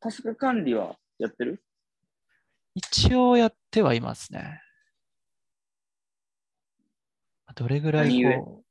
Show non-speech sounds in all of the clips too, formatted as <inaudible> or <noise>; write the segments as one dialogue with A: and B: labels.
A: タスク管理はやってる
B: 一応やってはいますね。どれぐらい
A: 何
B: こう。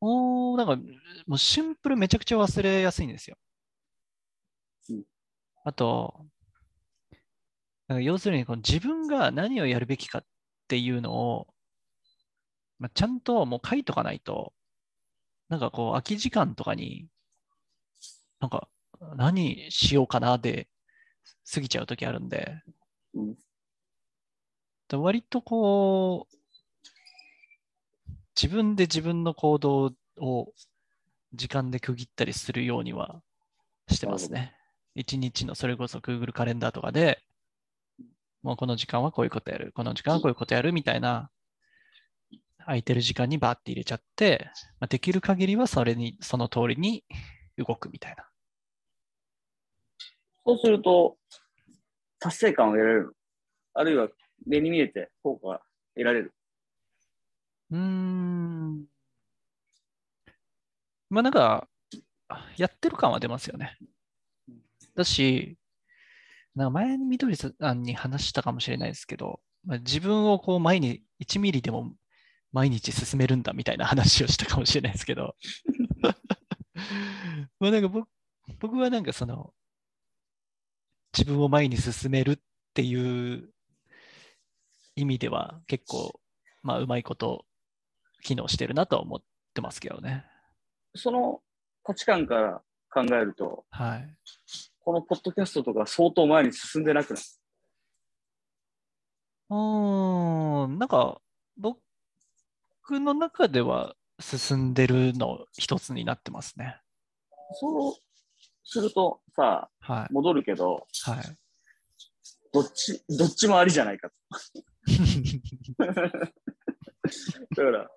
B: おーなんか、もうシンプルめちゃくちゃ忘れやすいんですよ
A: うん。
B: あと、なんか要するにこの自分が何をやるべきかっていうのを、まあ、ちゃんともう書いとかないと、なんかこう空き時間とかに、なんか何しようかなで過ぎちゃうときあるんで、
A: うん
B: だ割とこう、自分で自分の行動を時間で区切ったりするようにはしてます
A: な
B: ね。一日のそれこそ Google カレンダーとかで、もうこの時間はこういうことやる、この時間はこういうことやるみたいな、空いてる時間にバーって入れちゃって、まあ、できる限りはそれに、その通りに動くみたいな。
A: そうすると、達成感を得られるのあるいは、目に見えて効果が得られる。
B: うーん。まあなんか、やってる感は出ますよね。だし、なんか前にみどりさんに話したかもしれないですけど、まあ、自分をこう毎日、1ミリでも毎日進めるんだみたいな話をしたかもしれないですけど、 <laughs> まあなんか僕僕はなんかその、自分を前に進めるっていう意味では結構まあ、うまいこと機能してるなとは思ってますけどね。
A: その価値観から考えると、
B: はい。
A: このポッドキャストとか相当前に進んでなくないう
B: ーん、なんか、僕の中では進んでるの一つになってますね。
A: そうするとさ、
B: はい。
A: 戻るけど、 <laughs>
B: はい。
A: どっち、どっちもありじゃないかと。だから、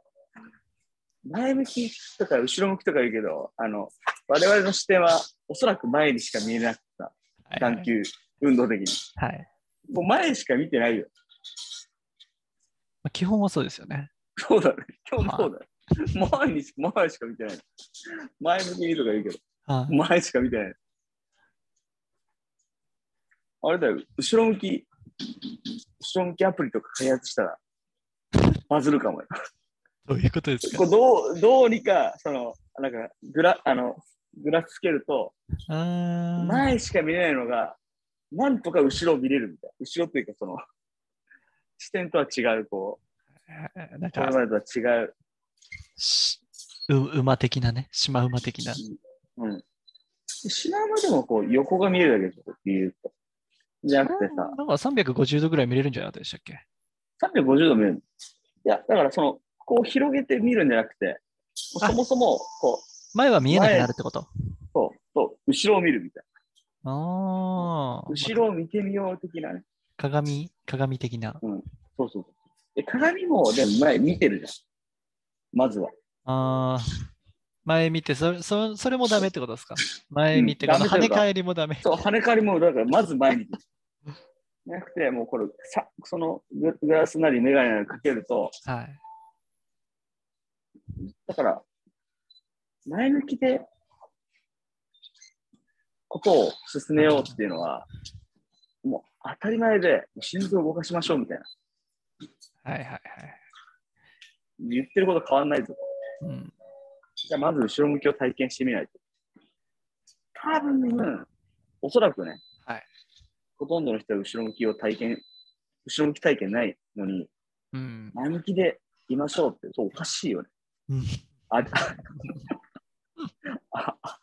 A: 前向きとか後ろ向きとか言うけど、あの、我々の視点はおそらく前にしか見えなくた。眼球、運動的に。
B: はい。はい
A: もう前しか見てないよ。
B: まあ基本はそうですよね。
A: そうだね。今日もそうだね。前にし前しか見てない。前向きにとか言うけど、
B: はい
A: 前しか見てない。あれだよ、後ろ向き、後ろ向きアプリとか開発したら、バズるかもよ。
B: どういうことです
A: こ
B: か
A: うどうどうにか、その、なんかグラ、あの、グラフつけると、
B: うーん
A: 前しか見れないのが、なんとか後ろを見れるみたいな。後ろというか、その、視点とは違う、こ
B: なん
A: う、これ
B: か、
A: までとは違う。
B: しう馬的なね、シマ馬的な。
A: うん。シナマでもこう、横が見えるだけでしょ、ビューッと。じゃなくてさ、
B: なんか350度ぐらい見れるんじゃなかったでしたっけ
A: 350度見えるの。いや、だからその、こう広げて見るんじゃなくて、
B: あ
A: そもそも、こう、
B: 前は見えなくなるってこと
A: そう、そう、後ろを見るみたい
B: ああ
A: な。。後ろを見てみよう的なね。
B: 鏡、鏡的な。
A: そうそうそう。え鏡も、でも前見てるじゃん。まずは。
B: ああ、前見てそれそ、それもダメってことですか前見て、
A: うん
B: この
A: ダ
B: 跳
A: メとい
B: ね
A: うか
B: 返りもダメ。
A: そう、跳ね返りも、だから、まず前に出る。じゃなくて、もうこれ、さそのググラスなりメガネなりかけると、
B: はい。
A: だから、前向きで、ことを進めようっていうのは、もう当たり前で、心臓を動かしましょうみたいな。
B: はいはいはい。
A: 言ってること変わんないぞ。
B: うん。
A: じゃあ、まず後ろ向きを体験してみないと。多分、おそらくね、
B: はい
A: ほとんどの人は後ろ向きを体験、後ろ向き体験ないのに、
B: うん。
A: 前向きでいましょうって、そうおかしいよね。
B: うん
A: ああ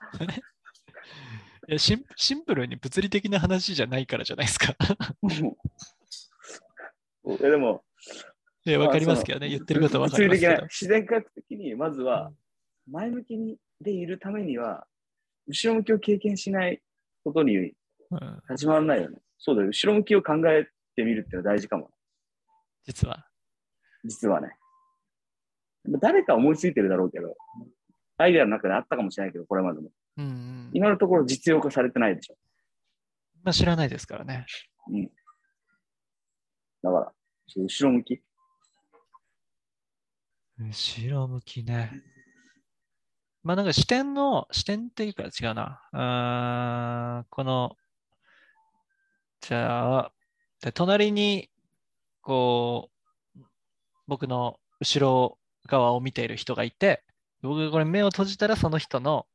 B: いやシンシンプルに物理的な話じゃないからじゃないですか。 <laughs>
A: もういやで
B: <laughs>
A: も、
B: いや、わかりますけどね。
A: まあ
B: 言ってることはわか
A: 物
B: り
A: 理
B: ます
A: 的
B: け
A: な
B: ど。
A: 自然科学的に、まずは前向きにでいるためには、後ろ向きを経験しないことに
B: うん、
A: 始まらないよね。そうだよ、後ろ向きを考えてみるっていうのは大事かも、
B: 実は。
A: 実はね。誰か思いついてるだろうけど、アイデアの中であったかもしれないけど、これまでも。
B: うん、うん。
A: 今のところ実用化されてないでしょ。
B: まあ、知らないですからね。
A: だから、ちょっと後ろ向き。
B: 後ろ向きね。まあなんか視点の、視点っていうか違うな。うーん、この、じゃあ、で隣に、こう、僕の後ろ側を見ている人がいて、僕がこれ目を閉じたらその人の、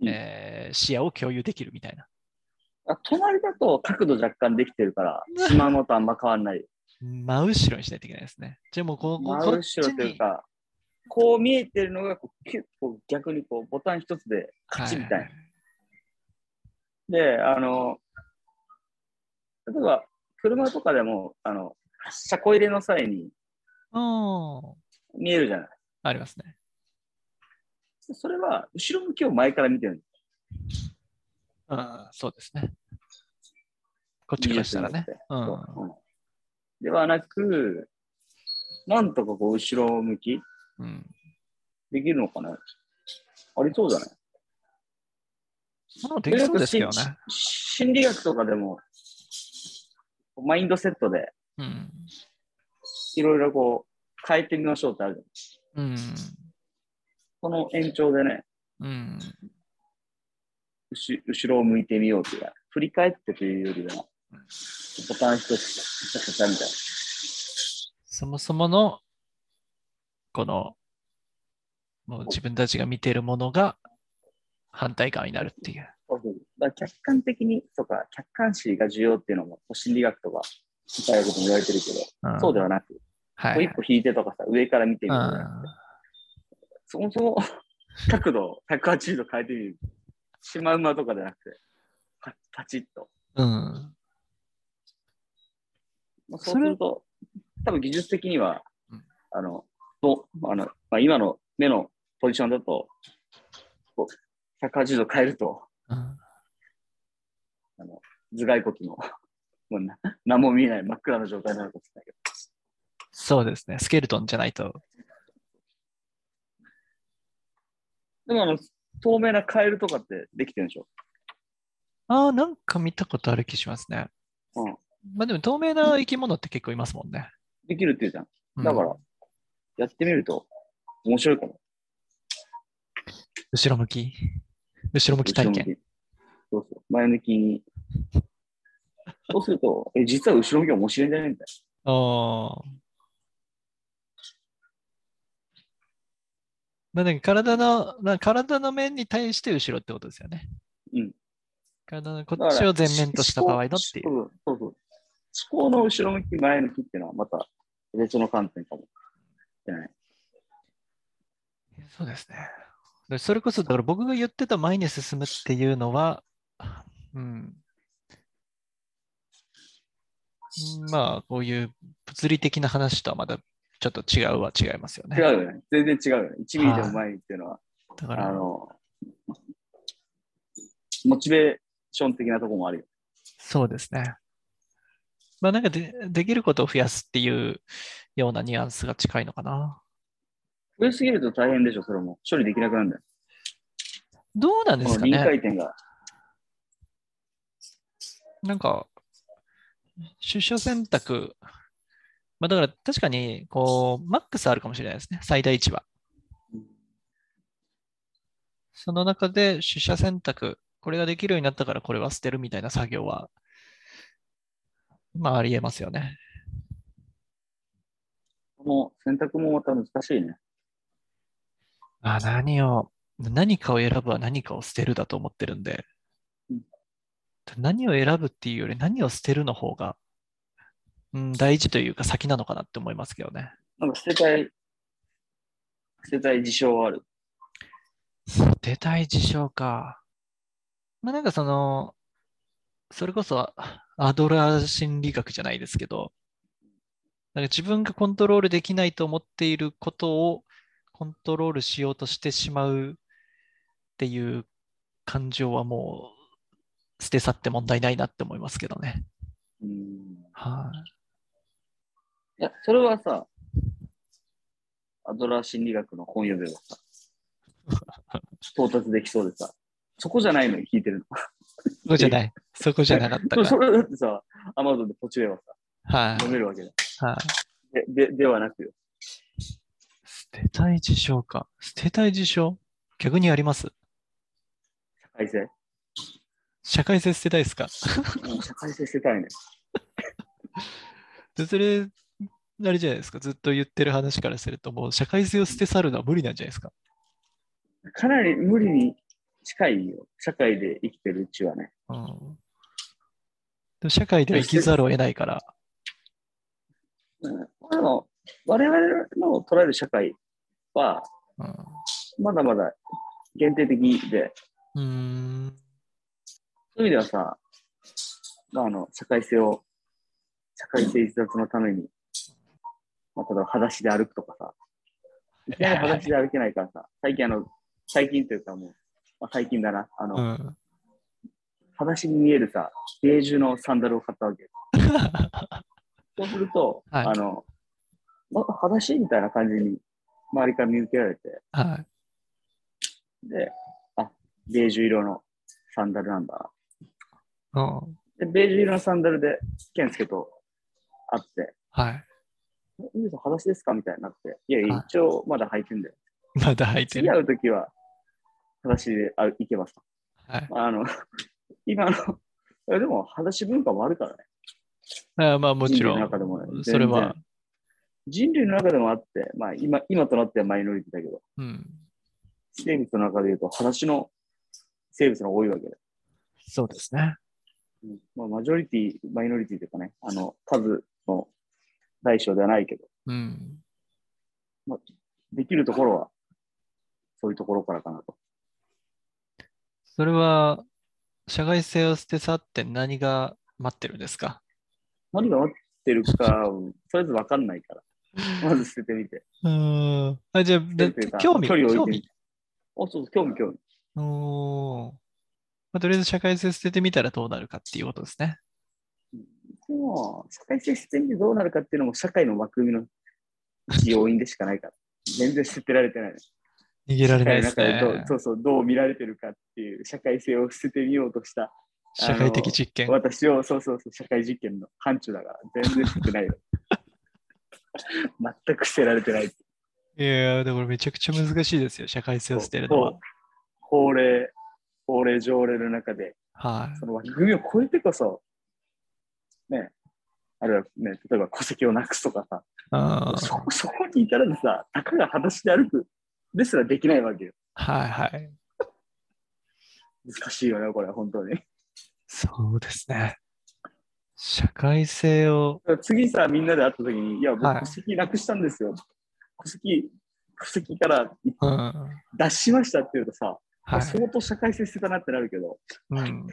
A: うん
B: えー視野を共有できるみたいな。
A: あ隣だと角度若干できてる
B: <laughs>
A: から、島のとあんま変わんない。
B: 真後ろにしないといけないですね。じゃあもうこう、こう
A: 真
B: こっち
A: 後ろという
B: に、
A: か、こう見えてるのがこうキュッこう逆にこうボタン一つでカチッみたいな。で、あの、例えば車とかでも、あの、車庫入れの際に
B: はいうん。
A: 見えるじゃない。
B: ありますね。
A: それは後ろ向きを前から見てるんで
B: うん、そうですね。こっ
A: す。
B: ちからしたらね
A: 技。術によっ
B: うん
A: て。そううんではなく、なんとかこう後ろ向き
B: うん、
A: できるのかなありそうじゃない
B: まあ、できそうですけど
A: それ
B: ね
A: こ。そし心理学とかでも、マインドセットで
B: うん。
A: いろいろこう変えてみましょうってあるじゃん。
B: うん。
A: その延長でね、
B: うん。
A: うし後ろを向いてみようというか、振り返ってというよりは、ボタン一つ、カチャカチャみたい
B: そもそもの、この、もう自分たちが見ているものが反対側になるっていう。
A: な。だから客観的にとか、客観視が重要っていうのも心理学とか、みたいなことも言われてるけど、
B: ん
A: そうではなく、
B: は
A: こう
B: い
A: 一。歩引いてとかさ、上から見てみるとか、そもそも角度を180度変えてみる。シマウマとかじゃなくて、パパチッと。
B: うん。うん。
A: まあ
B: そ
A: そ
B: れ
A: うすると、多分技術的には
B: うん、
A: あの、とあのまあ、今の目のポジションだと、こう180度変えると、
B: うん
A: 頭蓋骨の、 <laughs> もうな何も見えない真っ暗な状態になるかもしれないけ
B: そうですね。スケルトンじゃないと。
A: ど。でもあの、透明なカエルとかってできてるんでしょ
B: ああ、なんか見たことある気しますね。
A: うん
B: まあでも透明な生き物って結構いますもんね。
A: できるって言うじゃん。
B: うん
A: だから、やってみると面白いかも。
B: 後ろ向き。後ろ向き体
A: 後ろ
B: 験。
A: 向きそうそう。前向きに。そうすると、え、実は後ろ向き面白いんじゃないみたい
B: ああ。まあ、なんか体の、な体の面に対して後ろってことですよね。
A: うん。
B: 体のこ
A: な。
B: っ
A: だか
B: ち
A: ら
B: を前面とした場合だっていう。
A: 思考そうそうそう。思考の後ろ向き、前向きっていうのはまた別の観点かも。じゃない。
B: そうですね。でそれこそ、だから僕が言ってた前に進むっていうのは、うん。まあ、こういう物理的な話とはまだちょっと違うは違いますよね。
A: 違うよね。全然違うよね。1ミリでも前にっていうのは、
B: だか
A: あ
B: ら、
A: の、モチベーション的なとこもあるよ。
B: そうですね。まあ、なんかでできることを増やすっていうようなニュアンスが近いのかな。
A: 増えすぎると大変でしょ、それも。処理できなくなるんだよ。
B: どうなんで
A: こ
B: す
A: の
B: か
A: 臨
B: ね
A: 界点が。
B: なんか、出所選択、まあ、だから確かに、こう、マックスあるかもしれないですね。最大値は。その中で取捨選択、これができるようになったからこれは捨てるみたいな作業は、まあありえますよね。
A: この選択もまた難しいね。
B: あ何を、何かを選ぶは何かを捨てるだと思ってるんで
A: うん、
B: 何を選ぶっていうより何を捨てるの方が、うん、大事というか先なのかなって思いますけどね。
A: なんか捨てたい、捨てたい事象はある。
B: 捨てたい事象か。まあなんかその、それこそアドラー心理学じゃないですけど、なんか自分がコントロールできないと思っていることをコントロールしようとしてしまうっていう感情はもう捨て去って問題ないなって思いますけどね。
A: うん
B: はい
A: いや、それはさ、アドラー心理学の本読めばさ、
B: <laughs>
A: 到達できそうでさ、そこじゃないのに聞いてる
B: そこじゃない。そこじゃなかった
A: の。
B: か
A: そ。 <laughs> れだってさ、アマゾンでポチれば
B: は
A: さ、
B: い
A: 読めるわけだ。
B: はい。
A: で、で、ではなくよ。
B: 捨てたい事象か。捨てたい事象逆にあります
A: 社会性。
B: 社会性捨てたいですか
A: うん社会性捨てたいね。
B: でそれ、あれじゃないですか。ずっと言ってる話からすると、もう社会性を捨て去るのは無理なんじゃないですか。
A: かなり無理に近いよ。社会で生きてるうちはね。
B: うん。でも社会では生きざるを得ないから。
A: うんでも、我々の捉える社会は、
B: うん。
A: まだまだ限定的で、
B: うーん。
A: そういう意味ではさ、まあ、あの、社会性を、社会性逸脱のために、まあ、例えば裸足で歩くとかさ、いきなり裸足で歩けないからさ、最近あの、最近というかもう、まあ、最近だな、あの、
B: うん。
A: 裸足に見えるさ、ベージュのサンダルを買ったわ
B: <laughs>
A: け。そうすると、
B: はい
A: あの、ま、裸足みたいな感じに周りから見受けられて、
B: はい。
A: で、あ、ベージュ色のサンダルなんだ。
B: うん。
A: で、ベージュ色のサンダルで、健介と会って、
B: はい。
A: えゆうさん、裸足ですかみたいになって、いや、いや
B: はい
A: 一応まだ履いてんだよ。
B: まだ履いて
A: 次
B: る。
A: 会うときは、裸足であ行けばさ。
B: はい。
A: あの、 <laughs> 今の、いやでも、裸足文化もあるからね。
B: あまあもちろ
A: 人類の
B: ん
A: 中。でもね、全然
B: それは。、
A: 人類の中でもあって、まあ、今、今となってはマイノリティだけど、
B: うん。
A: 生物の中で言うと、裸足の生物の方が多いわけで。
B: そうですね。
A: うんまあ、マジョリティ、マイノリティというかね、あの、数の大小ではないけど、
B: うん。
A: できるところは、そういうところからかなと。
B: それは、社会性を捨て去って何が待ってるんですか
A: 何が待ってるか、うんとりあえず分かんないから、まず捨ててみて。
B: うーん。あ、じゃあ、
A: 捨てるというか
B: 興味、
A: 距離を
B: 興
A: 置いてみ
B: 味
A: て。。おそうそう、興味、興味。
B: おーまあ、とりあえず社会性捨ててみたらどうなるかっていうことですね。
A: でも、社会性捨ててどうなるかっていうのも、社会の枠組みの一要因でしかないから、全然捨ててられてない。
B: 逃げられないです
A: 社会の中でど
B: ね
A: う。そうそう、どう見られてるかっていう、社会性を捨ててみようとした
B: 社会的実験。
A: 私を、そうそうそう、社会実験の範疇だから、全然少ない
B: <laughs>
A: よ。全く捨てられてない。
B: いやー、だからめちゃくちゃ難しいですよ、社会性を捨てるのは
A: そう。法令、法令条例の中で、
B: はい。
A: その枠組みを超えてこそ、ね、あるいはね、例えば戸籍をなくすとかさ、
B: うん
A: そそこに至らずさ、たかが裸足で歩くですらできないわけよ。
B: はいはい。
A: 難しいよね、これ、本当に。
B: そうですね。社会性を、
A: 次さ、みんなで会った時に、いや、
B: はい
A: 僕、戸籍なくしたんですよ。戸籍、戸籍から
B: うん。は
A: 脱しましたって言うとさ、
B: い。
A: 相当社会性捨てたなってなるけど、
B: うん。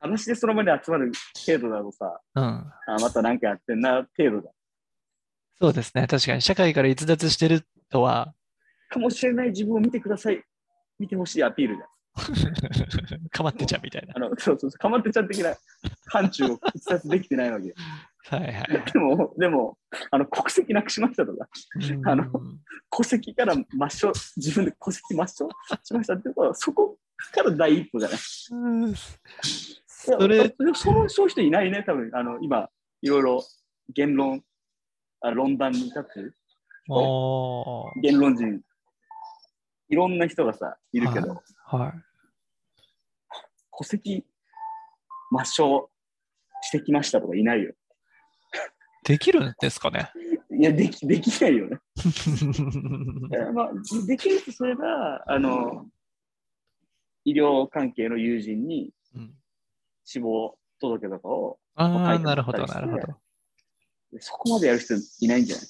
A: 話でその場に集まる程度だとさ、
B: うん。
A: あまた何かやってんな程度だ。
B: そうですね。確かに、社会から逸脱してるとは、 <laughs>
A: かもしれない自分を見てください。見てほしいアピールだ。
B: かまってちゃうみたいな。
A: あの、 <laughs> そうそうそう、かまってちゃん的な範疇を一冊できてないわけよ。
B: はいはい。
A: でも、でも、あの、国籍なくしましたとか、あの
B: うん
A: 戸籍から抹消、自分で戸籍抹消しましたっていうことは、そこから第一歩じゃない。
B: うん
A: いや
B: それ、
A: でもそうそういう人いないね、多分あの今、いろいろ言論、あ論壇に立つ
B: おー
A: 言論人、いろんな人がさ、いるけど、
B: はい。
A: 戸籍抹消してきましたとかいないよ。
B: できるんですかね
A: いや、でき <laughs> できないよね。いやまあ、できるとすれば、あの、医療関係の友人に
B: うん
A: 死亡届とかを、
B: あ
A: 書
B: あ、
A: いてもらったりして
B: なるほど、なるほど。
A: そこまでやる人いないんじゃない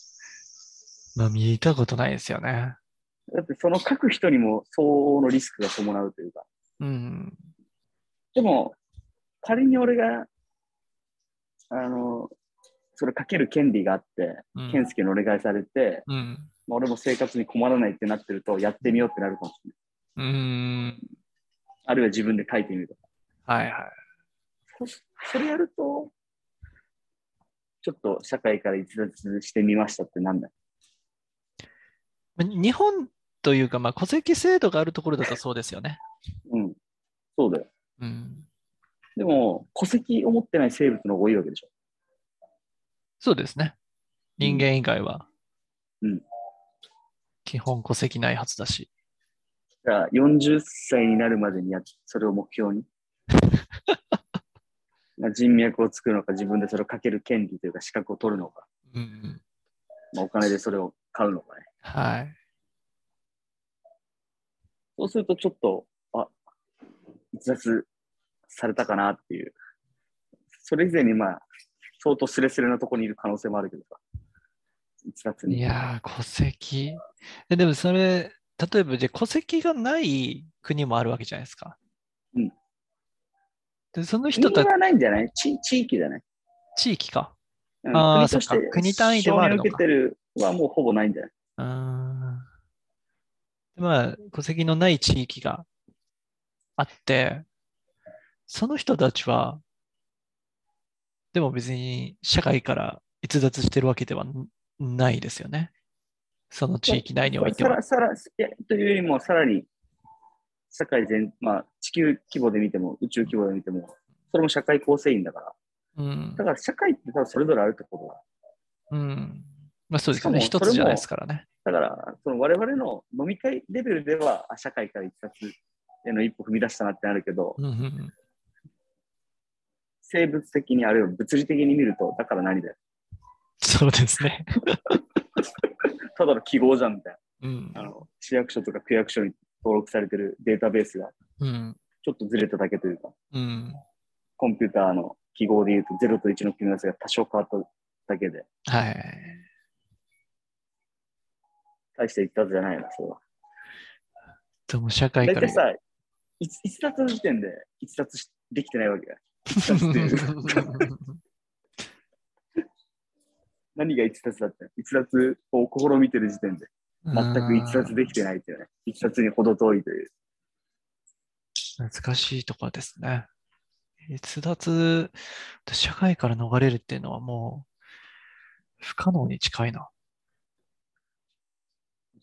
B: まあ、見たことないですよね。
A: だってその書く人にも相応のリスクが伴うというか。
B: うん。
A: でも、仮に俺が、あの、それかける権利があって、
B: うん
A: 健介にお願いされて、
B: うん。
A: まあ俺も生活に困らないってなってると、やってみようってなるかもしれない。
B: うん。
A: あるいは自分で書いてみるとか。
B: はいはい。
A: それやると、ちょっと社会から逸脱してみましたってなんだよ
B: まあ日本というか、まあ、戸籍制度があるところだとそうですよね。
A: うん。そうだよ。
B: うん。
A: でも、戸籍を持ってない生物の方が多いわけでしょ。
B: そうですね。人間以外は。
A: うん
B: 基本戸籍ないはずだし。
A: だから40歳になるまでにやっそれを目標に、 <laughs> まあ、人脈を作るのか、自分でそれをかける権利というか、資格を取るのか、
B: うんうん。
A: まあ、お金でそれを買うのかね。
B: はい。
A: そうすると、ちょっと、あ、逸脱されたかなっていう。それ以前に、まあ、相当スレスレなとこにいる可能性もあるけどさ。逸脱に。
B: いやー、戸籍。え、でもそれ、例えばじゃあ戸籍がない国もあるわけじゃないですか。
A: うん。
B: で、その
A: 人
B: 人た
A: はないんじゃない地地域じゃない、
B: 地域か。
A: うん
B: あ
A: 国
B: ー
A: として
B: そっか国単位ではあるの
A: 承
B: か
A: 認を受けてるはもうほぼないんじゃない
B: あーでまあ、戸籍のない地域があって、その人たちは、でも別に社会から逸脱してるわけではんないですよね。その地域内においては。
A: さらさらいやというよりも、さらに、社会全、まあ、地球規模で見ても、宇宙規模で見ても、それも社会構成員だから。
B: うん
A: だ。から、社会って多分それぞれあるところ
B: うん。まあそうですよね。
A: しか
B: 一
A: も
B: つじゃないですからね。
A: だ。だから、その我々の飲み会レベルでは、あ社会から一冊への一歩踏み出したなってなるけど、
B: うんうんうん
A: 生物的にあるいは物理的に見ると、だから何だよ。
B: そうですね。
A: ただの記号じゃんみたい
B: うん
A: な。あ。の、市役所とか区役所に登録されてるデータベースが、
B: うん。
A: ちょっとずれただけというか、
B: うん。
A: コンピューターの記号で言うと0と1の組み合わせが多少変わっただけで、
B: はい。
A: 大していったずじゃないな、そうは。
B: でも社会
A: 大
B: から
A: 体。さ、い一冊の時点で一冊しできてないわけだ。一冊っていう何が一冊だって一冊を試みてる時点で、全く一冊できてないっていうね。一冊に程遠いという。
B: 難しいところですね。逸脱、社会から逃れるっていうのはもう不可能に近いな。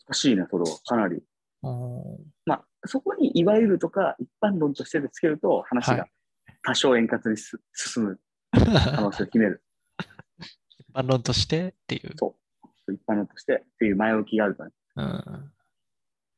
A: 難しいな、それは。かなり。
B: うん
A: まあ、そこにいわゆるとか一般論としてでつけると話
B: は
A: が
B: い
A: 多少円滑にす進む <laughs> 可
B: <laughs>
A: 能性を秘める。
B: 一般論としてっていう。
A: 一般論としてっていう前置きがあるから、
B: うん